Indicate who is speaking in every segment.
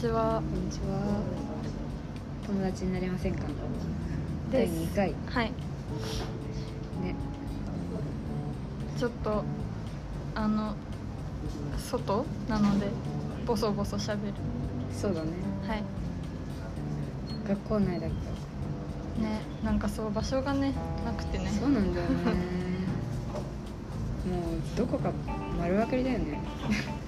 Speaker 1: ちは
Speaker 2: こんにちは。友達になりませんか。
Speaker 1: で
Speaker 2: 第
Speaker 1: す
Speaker 2: 二回ね。
Speaker 1: はいちょっとあの外なのでボソボソしゃべる
Speaker 2: そうだね。
Speaker 1: はい
Speaker 2: 学校内だった。
Speaker 1: ねなんかそう場所がねなくてね
Speaker 2: そうなん だよね。もうどこか丸分かりだよ ね。
Speaker 1: うん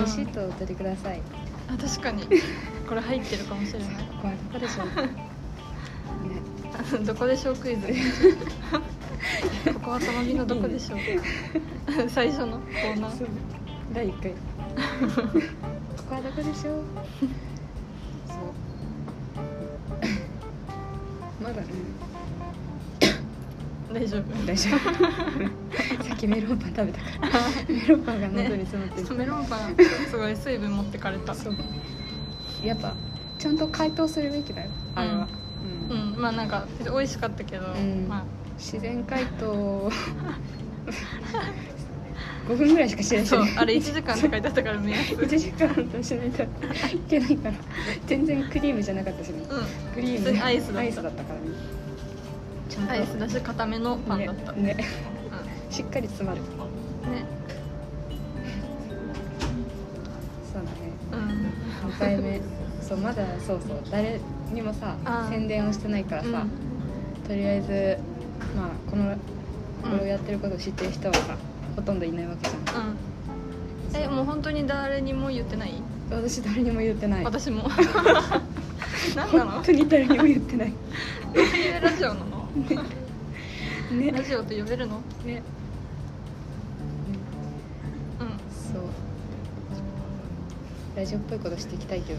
Speaker 2: レシートをお取りください。
Speaker 1: あ確か にこれ入ってるかもしれない
Speaker 2: ここはここでし ょう。ね。
Speaker 1: あ のどこでしょうクイズここはその日のどこでしょう 最初のコーナー
Speaker 2: 第一 回。ここはどこでしょう。そう。 まだね。
Speaker 1: 大丈夫
Speaker 2: 大丈夫さっきメロンパン食べたからメロンパンが喉に詰まって
Speaker 1: ちょっと
Speaker 2: る、
Speaker 1: メロンパンすごい水分持ってかれた
Speaker 2: そうやっぱちゃんと解凍するべきだよあれは、
Speaker 1: う
Speaker 2: うん
Speaker 1: んまあなんか美味しかったけど、
Speaker 2: ん
Speaker 1: ま
Speaker 2: 自然解 凍5分ぐらいしかし
Speaker 1: あ
Speaker 2: ないし
Speaker 1: そう
Speaker 2: ね
Speaker 1: あれ1時間って書いてあったから目 安
Speaker 2: 1時間としないといけないから全然クリームじゃなかったしね
Speaker 1: う
Speaker 2: クリー
Speaker 1: 普通に
Speaker 2: ム
Speaker 1: アイスだった
Speaker 2: からねち
Speaker 1: んアイスだし固めのパンだった、
Speaker 2: ねねしっかり詰まる
Speaker 1: うんね
Speaker 2: そうだね
Speaker 1: うん
Speaker 2: 2回目そうまだそうそう誰にもさ
Speaker 1: あー
Speaker 2: 宣伝をしてないからさ、とりあえずまあこの
Speaker 1: うん
Speaker 2: これをやってることを知ってる人はさ、ほとんどいないわけじゃ
Speaker 1: うんえもう本当に誰にも言ってない、
Speaker 2: ん私誰にも言ってない
Speaker 1: 私 も何なの
Speaker 2: 本当に誰にも言って ない
Speaker 1: そういうラジオなの
Speaker 2: ね
Speaker 1: ラジオと呼べるの
Speaker 2: ね
Speaker 1: う
Speaker 2: そうラジオっぽいことしていきたいけど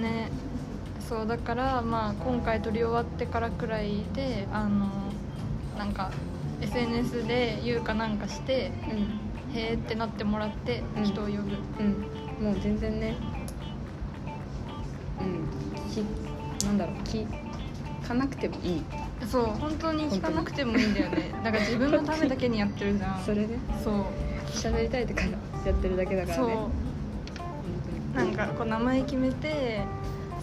Speaker 2: ね
Speaker 1: んねそうだからまあ今回撮り終わってからくらいであのなんか SNS で言うかなんかしてへーってなってもらって
Speaker 2: うん
Speaker 1: 人を呼ぶ、
Speaker 2: うんうんもう全然ねうんきなんだろう聞かなくてもいい
Speaker 1: そう本当に聞かなくてもいいんだよ ねだから自分のためだけにやってるじゃん
Speaker 2: それね
Speaker 1: そう
Speaker 2: 喋りたいとからやってるだけだから
Speaker 1: そ
Speaker 2: ね
Speaker 1: う
Speaker 2: 本当に
Speaker 1: なんかこう名前決めて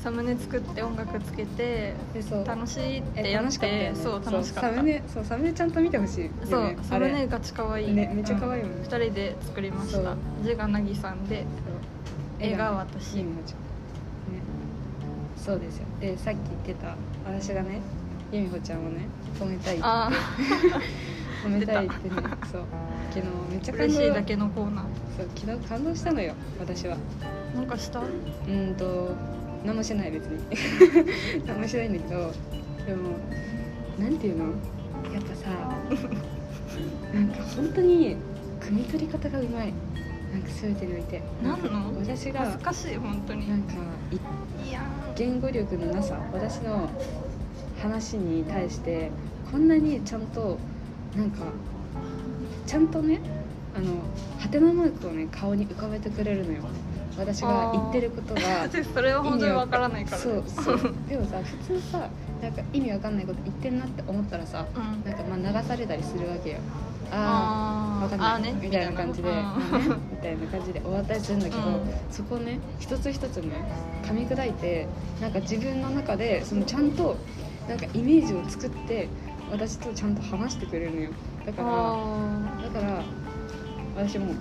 Speaker 1: サムネ作って音楽つけて
Speaker 2: でそう
Speaker 1: 楽しいっ
Speaker 2: え
Speaker 1: てや
Speaker 2: 楽
Speaker 1: っ
Speaker 2: しかったよ
Speaker 1: て
Speaker 2: ね
Speaker 1: そう楽しかっ
Speaker 2: サ
Speaker 1: た
Speaker 2: ムネそうサムネちゃんと見てほしいよね
Speaker 1: そうサ
Speaker 2: あ
Speaker 1: ム
Speaker 2: れ
Speaker 1: ネがち可愛い
Speaker 2: ねめっちゃ可愛いよ
Speaker 1: う
Speaker 2: ね
Speaker 1: ん二人で作りまし
Speaker 2: そ
Speaker 1: た
Speaker 2: う
Speaker 1: 字がなぎさんで絵が私
Speaker 2: いいのちゃんねそうですよでさっき言ってた私がねゆみほちゃんをね褒めたい
Speaker 1: あ
Speaker 2: 褒めたいってねそう昨日めっち
Speaker 1: あ
Speaker 2: ゃ感
Speaker 1: 嬉
Speaker 2: 動
Speaker 1: しいだけのコーナ
Speaker 2: そう昨日感動したのよ私は
Speaker 1: ーなんかしたうん
Speaker 2: うーんと何もしてない別に 何もしてないんだけどでもなんていうのやっぱさなんか本当に汲み取り方がうまいなんか全てにおいて
Speaker 1: 何の
Speaker 2: 私が
Speaker 1: 恥
Speaker 2: な
Speaker 1: ず
Speaker 2: んか
Speaker 1: かしい本当
Speaker 2: い
Speaker 1: にいや
Speaker 2: 言語力のなさ私の話に対してこんなにちゃんとなんかちゃんとねあのハテナマークをね顔に浮かべてくれるのよ私が言ってることが
Speaker 1: ーそれは本当にわからないから
Speaker 2: そうそう でもさ普通さなんか意味わかんないこと言ってんなって思ったらさ
Speaker 1: うん
Speaker 2: なんかまあ流されたりするわけよああ
Speaker 1: あ
Speaker 2: わか
Speaker 1: ー
Speaker 2: ん
Speaker 1: あ
Speaker 2: な
Speaker 1: ー
Speaker 2: い、
Speaker 1: ね
Speaker 2: みたいな感じで、
Speaker 1: うん
Speaker 2: まあねみたいな感じで終わったりするんだけど、
Speaker 1: うん
Speaker 2: そこをね一つ一つね噛み砕いてなんか自分の中でそのちゃんとなんかイメージを作って私とちゃんと話してくれるのよだか
Speaker 1: あ
Speaker 2: らだから私も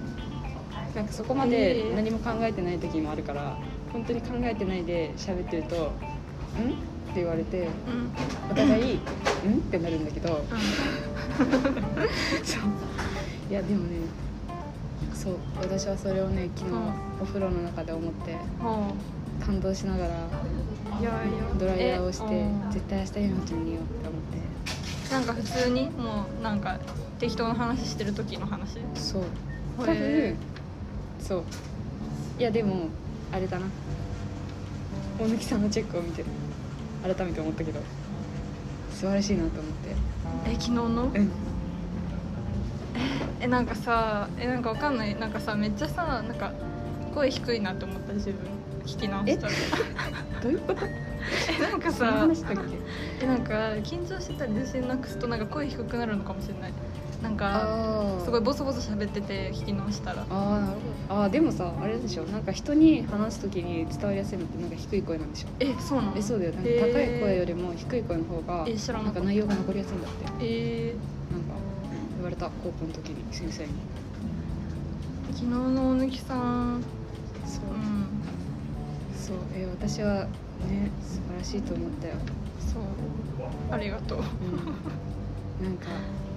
Speaker 2: なんかそこまで何も考えてない時もあるから本当に考えてないで喋ってると「ん?」って言われて
Speaker 1: ーうん
Speaker 2: お互い「ん?」ってなるんだけど。そういやでもねそう私はそれをね昨日
Speaker 1: うん
Speaker 2: お風呂の中で思って
Speaker 1: うんは
Speaker 2: 感動しながら
Speaker 1: あいやいや
Speaker 2: ドライヤーをし
Speaker 1: え
Speaker 2: て
Speaker 1: うん
Speaker 2: 絶対明日ゆまちゃんに言おうって思って
Speaker 1: なんか普通にもうなんか適当な話してる時の話
Speaker 2: そう多
Speaker 1: へ
Speaker 2: 分そういやでもあれだな大貫さんのチェックを見て改めて思ったけど素晴らしいなと思っ
Speaker 1: え昨日の
Speaker 2: てうん
Speaker 1: えなんかさえなんかわかんないなんかさめっちゃさなんか声低いなって思った自分聞き直したら
Speaker 2: どういうこと
Speaker 1: なんか
Speaker 2: そんな
Speaker 1: さ
Speaker 2: 話だっけ
Speaker 1: えなんか緊張してたり自信なくすとなんか声低くなるのかもしれないなんか
Speaker 2: あー
Speaker 1: すごいボソボソ喋ってて聞き直したら
Speaker 2: あーなるほどあーでもさあれでしょなんか人に話す時に伝わりやすいのってなんか低い声なんでしょ
Speaker 1: えそうなの
Speaker 2: えそうだよなんか
Speaker 1: へー
Speaker 2: 高い声よりも低い声の方が
Speaker 1: え知ら
Speaker 2: な
Speaker 1: なん
Speaker 2: か
Speaker 1: かった
Speaker 2: 内容が残りやすいんだってなんか
Speaker 1: えー
Speaker 2: 言われた高校の時に先生に
Speaker 1: 昨日のおぬきさん
Speaker 2: そううんそうえー私はね素晴らしいと思 ったよ、
Speaker 1: そうありがとう
Speaker 2: うん、なんか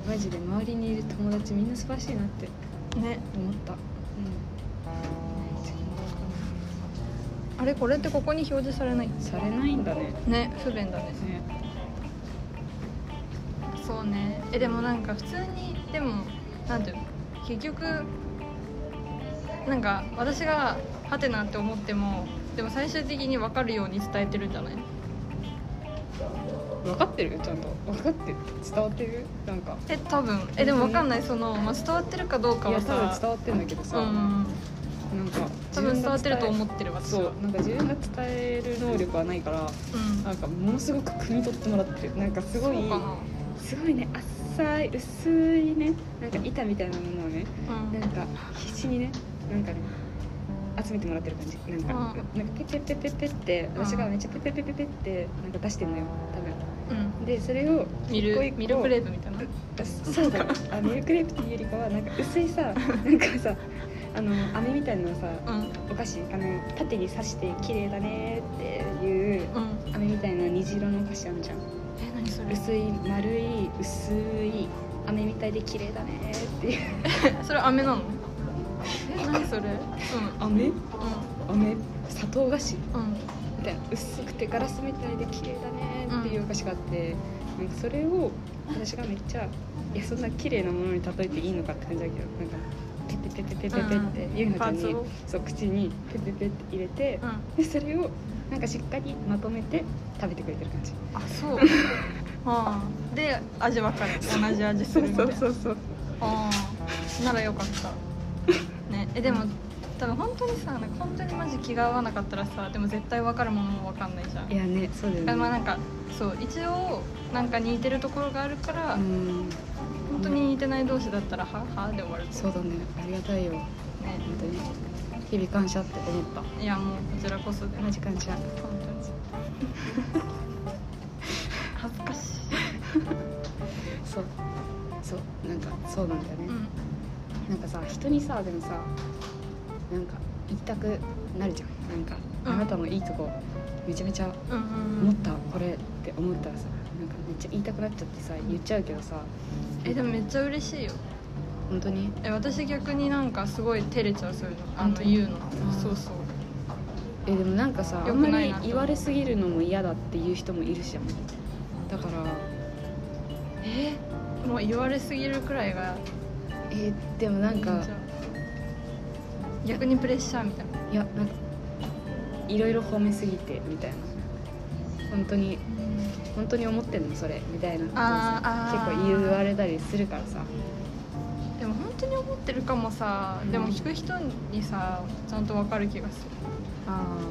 Speaker 2: マジで周りにいる友達みんな素晴らしいなって
Speaker 1: ね
Speaker 2: 思ったうん
Speaker 1: あれこれってここに表示されない
Speaker 2: されないんだね
Speaker 1: ね不便だね
Speaker 2: ね
Speaker 1: そうねえでもなんか普通にでもなんていうの結局なんか私がハテナって思ってもでも最終的に分かるように伝えてるんじゃない
Speaker 2: 分かってるよちゃんと分かってる伝わってるなんか
Speaker 1: え多分えでも分かんないその、まあ、伝わってるかどうか
Speaker 2: いや
Speaker 1: は
Speaker 2: 多分
Speaker 1: さ
Speaker 2: 伝わってんだけどさ、
Speaker 1: うん
Speaker 2: なんか
Speaker 1: 多分伝わってると思
Speaker 2: て
Speaker 1: ってる私
Speaker 2: そ
Speaker 1: は
Speaker 2: うなんか自分が伝える能力はないから
Speaker 1: うん
Speaker 2: なんかものすごく汲み取ってもらってるなんかすごい
Speaker 1: そうかな
Speaker 2: すごいね浅い薄いねなんか板みたいなものをね
Speaker 1: うん
Speaker 2: なんか必死にねなんかね集めてもらってる感じなんかなんかペペペペペって
Speaker 1: うん
Speaker 2: 私がめっちゃペペペペペってなんか出してんのよ多分
Speaker 1: うん
Speaker 2: でそれを
Speaker 1: ミ
Speaker 2: 一個一
Speaker 1: ル
Speaker 2: 個
Speaker 1: ミルクレープみたいな
Speaker 2: そうだよあミルクレープっていうよりかはなんか薄いさなんかさあの飴みたいなのさ
Speaker 1: うん
Speaker 2: お菓子あの縦に刺して綺麗だねっていう
Speaker 1: うん
Speaker 2: 飴みたいな虹色のお菓子あるじゃん
Speaker 1: え何それ
Speaker 2: 薄い丸い薄い飴みたいで綺麗だねっていう
Speaker 1: それ飴なのえ何それうん
Speaker 2: 飴
Speaker 1: う
Speaker 2: 飴砂糖菓子
Speaker 1: んうん
Speaker 2: みたいな薄くてガラスみたいで綺麗だねっていうお菓子があって、なんかそれを私がめっちゃいやそんな綺麗なものに例えていいのかって感じだけどなんかペペペペペペペってゆうなち
Speaker 1: パ
Speaker 2: ゃん
Speaker 1: ーツ
Speaker 2: に
Speaker 1: を
Speaker 2: そう口にペペペって入れて
Speaker 1: うん
Speaker 2: でそれをなんかしっかりまとめて食べてくれてる感じ
Speaker 1: あそうああで味わかる同じ味するみたいな
Speaker 2: うそう
Speaker 1: ああならよかったねえでも多分本当にさなんか本当にマジ気が合わなかったらさでも絶対分かるものも分かんないじゃん
Speaker 2: いやねそうだよね
Speaker 1: あまあなんかそう一応なんか似てるところがあるから、
Speaker 2: うん
Speaker 1: 本当に似てない同士だったらははで終わる
Speaker 2: そうだねありがたいよ
Speaker 1: ね
Speaker 2: 本当に日々感謝って思った
Speaker 1: いやもうこちらこそで
Speaker 2: マジ感謝
Speaker 1: 本当に 恥ずかし
Speaker 2: そうそうなんかそうなんだよ
Speaker 1: い、
Speaker 2: ね、
Speaker 1: うん、
Speaker 2: なんかさ人にさでもさなんか言いたくなるじゃんなんか、
Speaker 1: うん
Speaker 2: あなたのいいとこめちゃめちゃ
Speaker 1: うんうんう
Speaker 2: 思っ
Speaker 1: ん
Speaker 2: たこれって思ったらさなんかめっちゃ言いたくなっちゃってさ言っちゃうけどさ
Speaker 1: えでもめっちゃ嬉しいよ
Speaker 2: 本当に
Speaker 1: え私逆になんかすごい照れちゃうそういうのあ
Speaker 2: 本
Speaker 1: の
Speaker 2: 当に
Speaker 1: 言うの
Speaker 2: ー
Speaker 1: そうそう
Speaker 2: えでもなんかさあ
Speaker 1: 良
Speaker 2: ん
Speaker 1: く
Speaker 2: ま
Speaker 1: ない
Speaker 2: り
Speaker 1: なって思う
Speaker 2: 言われすぎるのも嫌だっていう人もいるじゃんだから
Speaker 1: えもう言われすぎるくらいが
Speaker 2: えでもない
Speaker 1: い
Speaker 2: ん
Speaker 1: んじゃ
Speaker 2: か
Speaker 1: ん逆にプレッシャーみたいない
Speaker 2: やなんかいろいろ褒めすぎてみたいな本当に本当に思ってんのそれみたいなことをさ
Speaker 1: あーあー
Speaker 2: 結構言われたりするからさ
Speaker 1: でも本当に思ってるかもさ、
Speaker 2: うん
Speaker 1: でも聞く人にさちゃんと分かる気がする
Speaker 2: ああ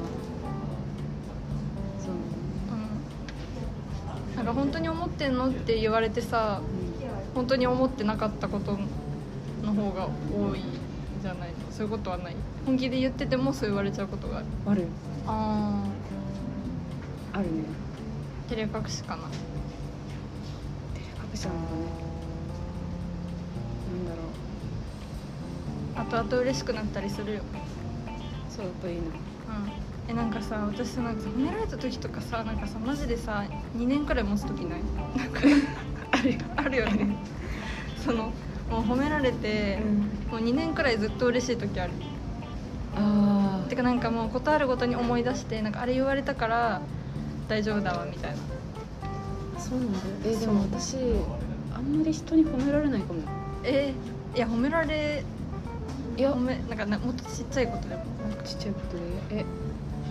Speaker 2: そう、
Speaker 1: うんなんか本当に思ってんのって言われてさ本当に思ってなかったことの方が多いじゃないそういうことはない本気で言っててもそう言われちゃうことがある
Speaker 2: ある
Speaker 1: ああ
Speaker 2: あるね
Speaker 1: 照れ隠しかな
Speaker 2: 照れ隠しなのかねなんだろう
Speaker 1: 後々嬉しくなったりするよ、
Speaker 2: そうだといいな
Speaker 1: うん、えなんかさ私なんかさ褒められた時とかさなんかさマジでさ2年くらい持つ時ないなん かあるよあるよねそのもう褒められて、もう2年くらいずっと嬉しい時ある
Speaker 2: あ
Speaker 1: てかなんかもうことあるごとに思い出してなんかあれ言われたから大丈夫だわみたいな
Speaker 2: あそうなんだえでも私あんまり人に褒められないかも
Speaker 1: えーいや褒められ
Speaker 2: いや
Speaker 1: 褒めなんかなもっとちっちゃいことでもなんか
Speaker 2: ちっちゃいことでえ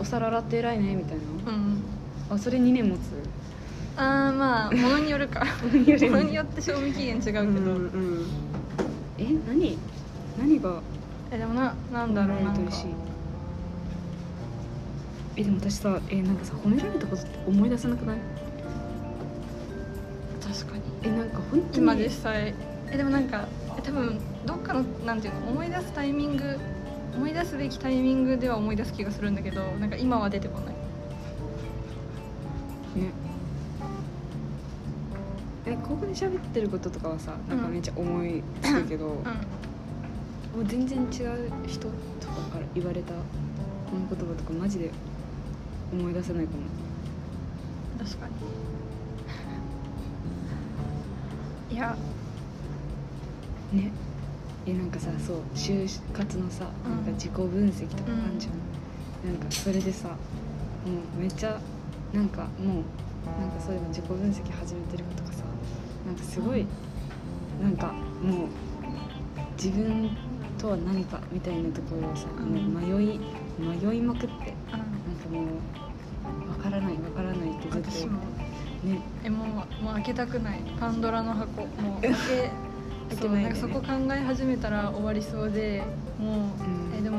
Speaker 2: お皿洗って偉いねみたいな
Speaker 1: うん
Speaker 2: あそれ2年持つ
Speaker 1: ああまあものによるか
Speaker 2: による
Speaker 1: ものによって賞味期限違うけど、
Speaker 2: うんえ何何が
Speaker 1: えでもななんだ
Speaker 2: 褒められ
Speaker 1: ろう
Speaker 2: る
Speaker 1: なん
Speaker 2: と
Speaker 1: か
Speaker 2: 嬉しいえでも私さえなんかさ褒められたことって思い出せなくない
Speaker 1: 確かに
Speaker 2: えなんか本当に
Speaker 1: 今実際えでもなんかえ多分どっかのなんていうの思い出すタイミング思い出すべきタイミングでは思い出す気がするんだけどなんか今は出てこない
Speaker 2: ねえここで喋ってることとかはさなんかめっちゃ思いつくけど、も
Speaker 1: う
Speaker 2: う全然違う人とかから言われたこの言葉とかマジで思い出せないかも
Speaker 1: ん 確かにいや
Speaker 2: ねえなんかさそう就活のさ、
Speaker 1: うん
Speaker 2: なんか自己分析とかあんじゃん、なんかそれでさもうめっちゃなんかもうなんかそういうの自己分析始めてる子とかさなんかすごい、なんかもう自分とは何かみたいなところをさ、
Speaker 1: うん
Speaker 2: もう迷い迷いまくって
Speaker 1: うん
Speaker 2: なんかもうわからないわからないってずっと
Speaker 1: 私も
Speaker 2: ね
Speaker 1: えもうもう開けたくないパンドラの箱もう開け
Speaker 2: 開
Speaker 1: そ
Speaker 2: け
Speaker 1: う
Speaker 2: ないで
Speaker 1: なん
Speaker 2: ね
Speaker 1: かそこ考え始めたら終わりそうでもう、
Speaker 2: うん
Speaker 1: えでも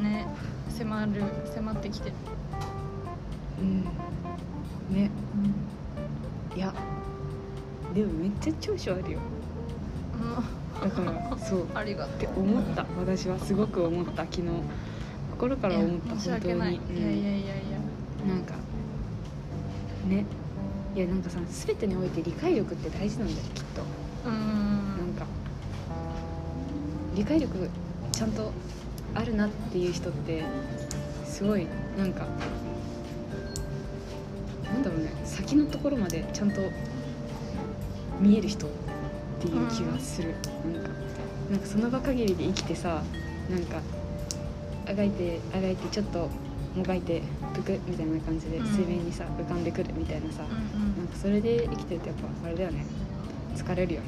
Speaker 1: ね迫る迫ってきてる、
Speaker 2: うんねいやでもめっちゃ長所あるよ
Speaker 1: う
Speaker 2: だからそうっ
Speaker 1: ん、ありがとう
Speaker 2: て思った私はすごく思った昨日心から思った
Speaker 1: いや申
Speaker 2: 本
Speaker 1: し
Speaker 2: 当
Speaker 1: 訳
Speaker 2: に
Speaker 1: ない、
Speaker 2: うん
Speaker 1: いやいやいやいや
Speaker 2: なんかねいやなんかさ全てにおいて理解力って大事なんだよきっと
Speaker 1: うー
Speaker 2: なん
Speaker 1: ん
Speaker 2: か理解力ちゃんとあるなっていう人ってすごいなんかなんだろうね先のところまでちゃんと見える人っていう気がする、なんかなんかその場限りで生きてさなんかあがいてあがいてちょっともがいてぷくみたいな感じで
Speaker 1: うん
Speaker 2: 水面にさ浮かんでくるみたいなさ、
Speaker 1: うん
Speaker 2: なんかそれで生きてるとやっぱあれだよね疲れるよね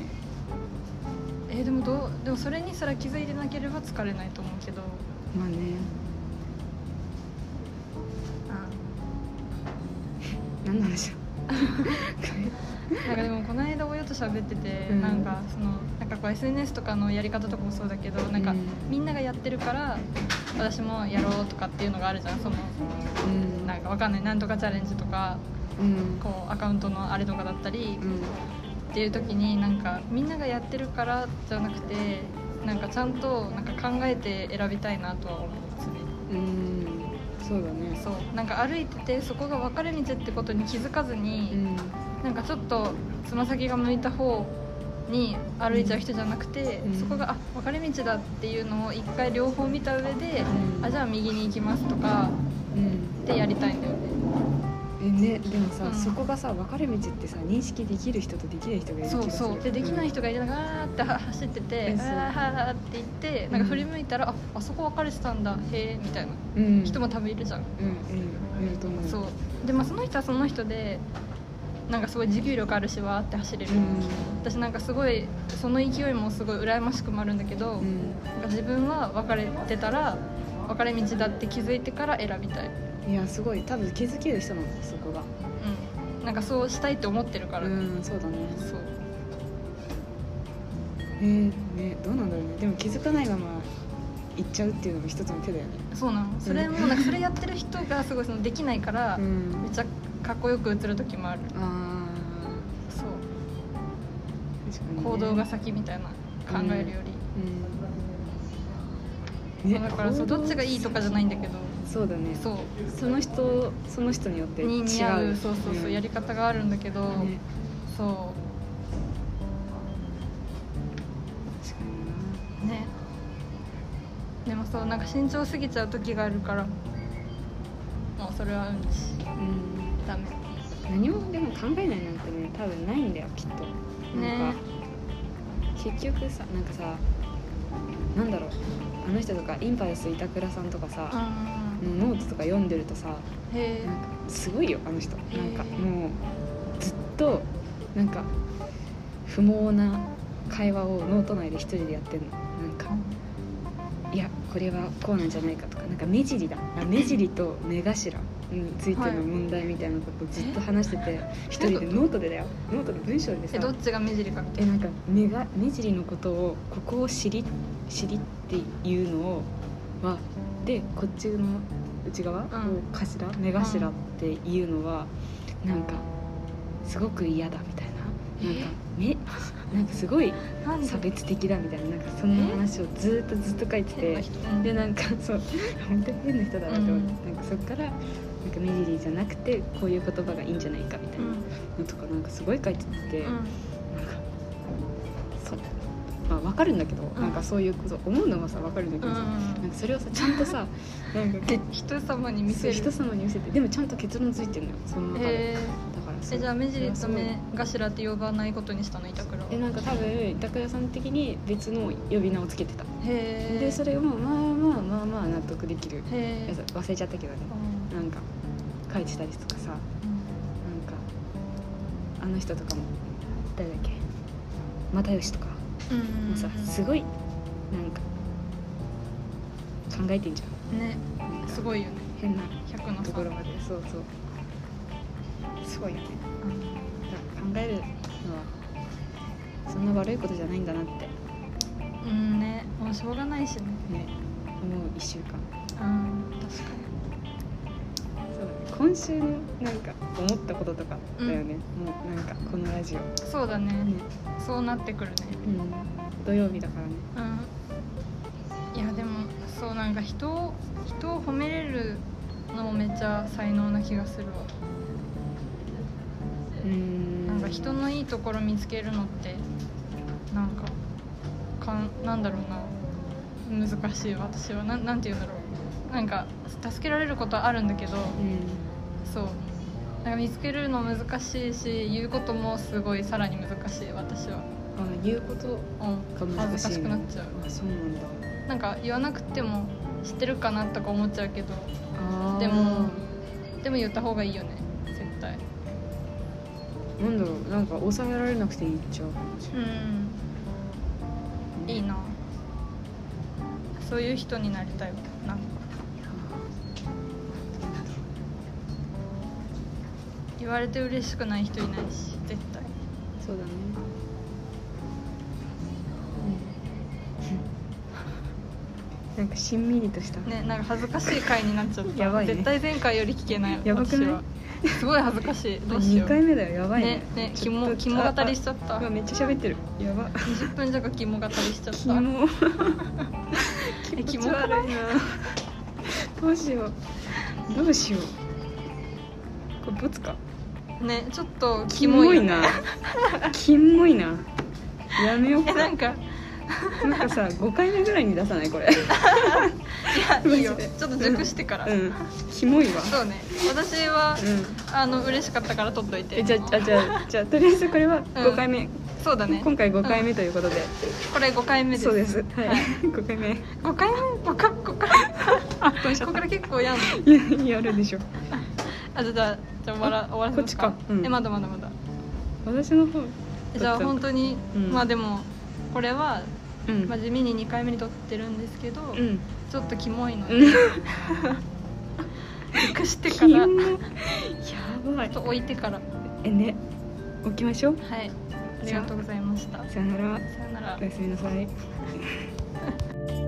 Speaker 1: うんえでもどうでもそれにすら気づいてなければ疲れないと思うけど
Speaker 2: まあね何の話だ
Speaker 1: なんかでもこの間親と喋ってて、
Speaker 2: うん
Speaker 1: なんかそのなんかこう SNS とかのやり方とかもそうだけどなんか、
Speaker 2: うん
Speaker 1: みんながやってるから私もやろうとかっていうのがあるじゃんその
Speaker 2: うん
Speaker 1: なんかわかんないなんとかチャレンジとか
Speaker 2: うん
Speaker 1: こうアカウントのあれとかだったり
Speaker 2: うん
Speaker 1: っていう時になんかみんながやってるからじゃなくてなんかちゃんとなんか考えて選びたいなとは思う常に
Speaker 2: うんそうだね
Speaker 1: そうなんか歩いててそこが分かれ道ってことに気づかずに、
Speaker 2: うん
Speaker 1: なんかちょっとつま先が向いた方に歩いちゃう人じゃなくて、
Speaker 2: うん
Speaker 1: そこがあ分かれ道だっていうのを一回両方見た上で、
Speaker 2: うん
Speaker 1: あじゃあ右に行きますとか
Speaker 2: うん
Speaker 1: でやりたいんだよね
Speaker 2: えねでもさ、
Speaker 1: うん
Speaker 2: そこがさ分かれ道ってさ認識できる人とできない人がいる気
Speaker 1: そ
Speaker 2: が
Speaker 1: う
Speaker 2: する
Speaker 1: そうでできない人がいるのがあーって走ってて、
Speaker 2: うん
Speaker 1: あーって言ってなんか振り向いたら、ああそこ分かれてたんだへえみたいな
Speaker 2: うん、うん、
Speaker 1: 人も多分いるじゃん、
Speaker 2: うんうんいると思う
Speaker 1: そうでまあその人はその人でなんかすごい持久力あるしわーって走れる、私なんかすごいその勢いもすごい羨ましくもあるんだけ
Speaker 2: う
Speaker 1: ど、
Speaker 2: んうん
Speaker 1: なんか自分は別れてたら別れ道だって気づいてから選びたい、
Speaker 2: いやすごい多分気づける人なんだそこが
Speaker 1: うん、なんかそうしたいって思ってるから、
Speaker 2: うんそうだね
Speaker 1: そう
Speaker 2: えー、ねどうなんだろうねでも気づかないまま行っちゃうっていうのも一つの手だよね
Speaker 1: そうなのそれもなんかそれやってる人がすごいそのできないから、め
Speaker 2: ん
Speaker 1: っちゃかっこよく映る時もある
Speaker 2: あ
Speaker 1: そう
Speaker 2: ー確かにね、
Speaker 1: 行動が先みたいな考えるより、
Speaker 2: うんね
Speaker 1: だからそうどっちがいいとかじゃないんだけど
Speaker 2: そうだねそ
Speaker 1: そ
Speaker 2: の人その人によって
Speaker 1: う
Speaker 2: 違う
Speaker 1: に似合うそうそうそうやり
Speaker 2: 方
Speaker 1: 方があるんだけど、
Speaker 2: ね
Speaker 1: そ
Speaker 2: 確かに
Speaker 1: うねでもそうなんか慎重すぎちゃう時があるからもうそれはうんち
Speaker 2: なうん
Speaker 1: ダメ
Speaker 2: 何もでも考えないなんてね多分ないんだよきっとなんか、
Speaker 1: ね
Speaker 2: 結局さなんかさなんだろうあの人とかインパルス板倉さんとかさ、
Speaker 1: うん
Speaker 2: もうノートとか読んでるとさ
Speaker 1: へ
Speaker 2: なんかすごいよあの人なん
Speaker 1: へー
Speaker 2: かもうずっとなんか不毛な会話をノート内で一人でやってんのなんかいやこれはこうなんじゃないかとかなんか目尻だあ目尻と目頭についての問題みたいなことをずっと話してて一、人でノートでだよノートで文章で
Speaker 1: え
Speaker 2: さ
Speaker 1: どっちが目尻かみた
Speaker 2: え
Speaker 1: い
Speaker 2: な
Speaker 1: なん
Speaker 2: か目が目尻のことをここを知り知りっていうのをはでこっちの内側を
Speaker 1: ん
Speaker 2: 頭目頭っていうのはなんかすごく嫌だみたいななんか目 なんかすごい
Speaker 1: なんで
Speaker 2: 差別的だみたいななんかその話をずっとずっと書いて
Speaker 1: 変な
Speaker 2: て
Speaker 1: 人うん
Speaker 2: でなんかそう本当に変な人だなって思って、
Speaker 1: う
Speaker 2: なんかそっからなんかメリリーじゃなくてこういう言葉がいいんじゃないかみたい
Speaker 1: うん
Speaker 2: なのとかなんかすごい書いてて、
Speaker 1: うん
Speaker 2: なんかそうまあわかるんだけど、
Speaker 1: ん
Speaker 2: なんかそういうこと思うのはさわかるんだけ
Speaker 1: う
Speaker 2: ど
Speaker 1: ん
Speaker 2: さ、なんかそれをさちゃんと さなんか
Speaker 1: え人様に見
Speaker 2: そう
Speaker 1: せ
Speaker 2: 人
Speaker 1: る
Speaker 2: 様に見せてでもちゃんと結論ついてるのよその中で、
Speaker 1: え
Speaker 2: だから
Speaker 1: ーえじゃあ目尻と
Speaker 2: それはすごい
Speaker 1: 目頭って呼ばないことにしたの板倉は
Speaker 2: えなんか多分拓哉さん的に別の呼び名をつけてた、
Speaker 1: へえ
Speaker 2: でそ
Speaker 1: れ
Speaker 2: れもまあまあまあまあ納得できる
Speaker 1: へ
Speaker 2: や
Speaker 1: え
Speaker 2: つ忘れちゃったけどねなんか書いてたりとかさなんかあの人とかも誰だっけ又吉とか
Speaker 1: うんうん
Speaker 2: もうさすごいなんか考えてんじ
Speaker 1: ね
Speaker 2: ゃんなんか
Speaker 1: すごいよね
Speaker 2: 変な
Speaker 1: 100の
Speaker 2: ところ
Speaker 1: 3
Speaker 2: までそうそうすごいよねだから考えるのはそんな悪いことじゃないんだなって
Speaker 1: うんねもうしょうがないしね
Speaker 2: ね思う1週間
Speaker 1: うん確か
Speaker 2: そう今週のなんか思ったこととかだよね、もうなんかこのラジオ、ね
Speaker 1: にそうだねそうなってくるね
Speaker 2: 土曜日だからね
Speaker 1: うんいやでもそうなんか人を人を褒めれるのもめっちゃ才能な気がするわ
Speaker 2: うん
Speaker 1: なんか人のいいところ見つけるのってなんかかんなんだろうな難しいわ私はなんなんて言うんだろうなんか助けられることはあるんだけ
Speaker 2: う
Speaker 1: どそうなんか見つけるの難しいし言うこともすごいさらに難しい私は、
Speaker 2: ん、あ言うこと
Speaker 1: う
Speaker 2: が
Speaker 1: ん、
Speaker 2: 難
Speaker 1: 恥
Speaker 2: しい
Speaker 1: ずかしくなっちゃう
Speaker 2: あそうなんだ
Speaker 1: なんか言わなくても知ってるかなとか思っちゃうけど
Speaker 2: あー
Speaker 1: でもでも言った方がいいよね絶対
Speaker 2: なんだろうなんか抑えられなくて言っちゃうかもしれ
Speaker 1: うん
Speaker 2: ない
Speaker 1: いいなそういう人になりたいわなんか言われて嬉しくない人いないし絶対
Speaker 2: そうだ ねうんなんかしんみりとした、
Speaker 1: ねなんか恥ずかしい回になっちゃった
Speaker 2: やばいね
Speaker 1: 絶対前回より聞けない
Speaker 2: やばくない
Speaker 1: 私はすごい恥ず かしいどうし
Speaker 2: 二
Speaker 1: よう
Speaker 2: 回目だよやばいね
Speaker 1: ねね
Speaker 2: ちょっと
Speaker 1: 肝肝語りしちゃっ
Speaker 2: あ
Speaker 1: た
Speaker 2: あうわめっちゃ喋ってるやば
Speaker 1: 20分弱肝語りしちゃっ た
Speaker 2: 肝
Speaker 1: え
Speaker 2: 気
Speaker 1: キ
Speaker 2: 持
Speaker 1: モ
Speaker 2: ち
Speaker 1: く
Speaker 2: 悪
Speaker 1: ない
Speaker 2: いなどうしようどうしようこれボツか
Speaker 1: ねちょっと
Speaker 2: キ
Speaker 1: キモ
Speaker 2: モ
Speaker 1: い
Speaker 2: い
Speaker 1: よね
Speaker 2: なキモいなやめよう
Speaker 1: え
Speaker 2: か
Speaker 1: な
Speaker 2: なん
Speaker 1: か
Speaker 2: んかさ5回目ぐらいに出さないこれ
Speaker 1: いやいいよ
Speaker 2: マジで
Speaker 1: ちょっと熟してから、
Speaker 2: うんキモいわ
Speaker 1: そうね私は、
Speaker 2: うん
Speaker 1: あの嬉しかったから撮っといて
Speaker 2: えじゃあじゃあじゃあとりあえずこれは5回目、
Speaker 1: そうだね
Speaker 2: 今回5回目ということで、
Speaker 1: これ5回目です
Speaker 2: そうですはい、
Speaker 1: はい
Speaker 2: 5回目
Speaker 1: 5回目5回ここから
Speaker 2: あこれ
Speaker 1: ここから結構やんの
Speaker 2: ややるでしょ
Speaker 1: あじゃあじゃあじゃあ終わら終わらせますか
Speaker 2: こっちかうん
Speaker 1: えまだまだまだ
Speaker 2: 私の方
Speaker 1: えじゃあ本当に、
Speaker 2: うん
Speaker 1: まあでもこれは、
Speaker 2: うん
Speaker 1: まあ、地味に2回目に撮ってるんですけど、
Speaker 2: うん
Speaker 1: ちょっとキモいの
Speaker 2: う
Speaker 1: で、
Speaker 2: ん
Speaker 1: 熟して か
Speaker 2: キモ
Speaker 1: ら
Speaker 2: や
Speaker 1: ち
Speaker 2: ば
Speaker 1: ょ
Speaker 2: い
Speaker 1: っと置いてからは
Speaker 2: えね起きましょう
Speaker 1: いありがとうございました
Speaker 2: さよなら
Speaker 1: さよなら
Speaker 2: おやすみなさい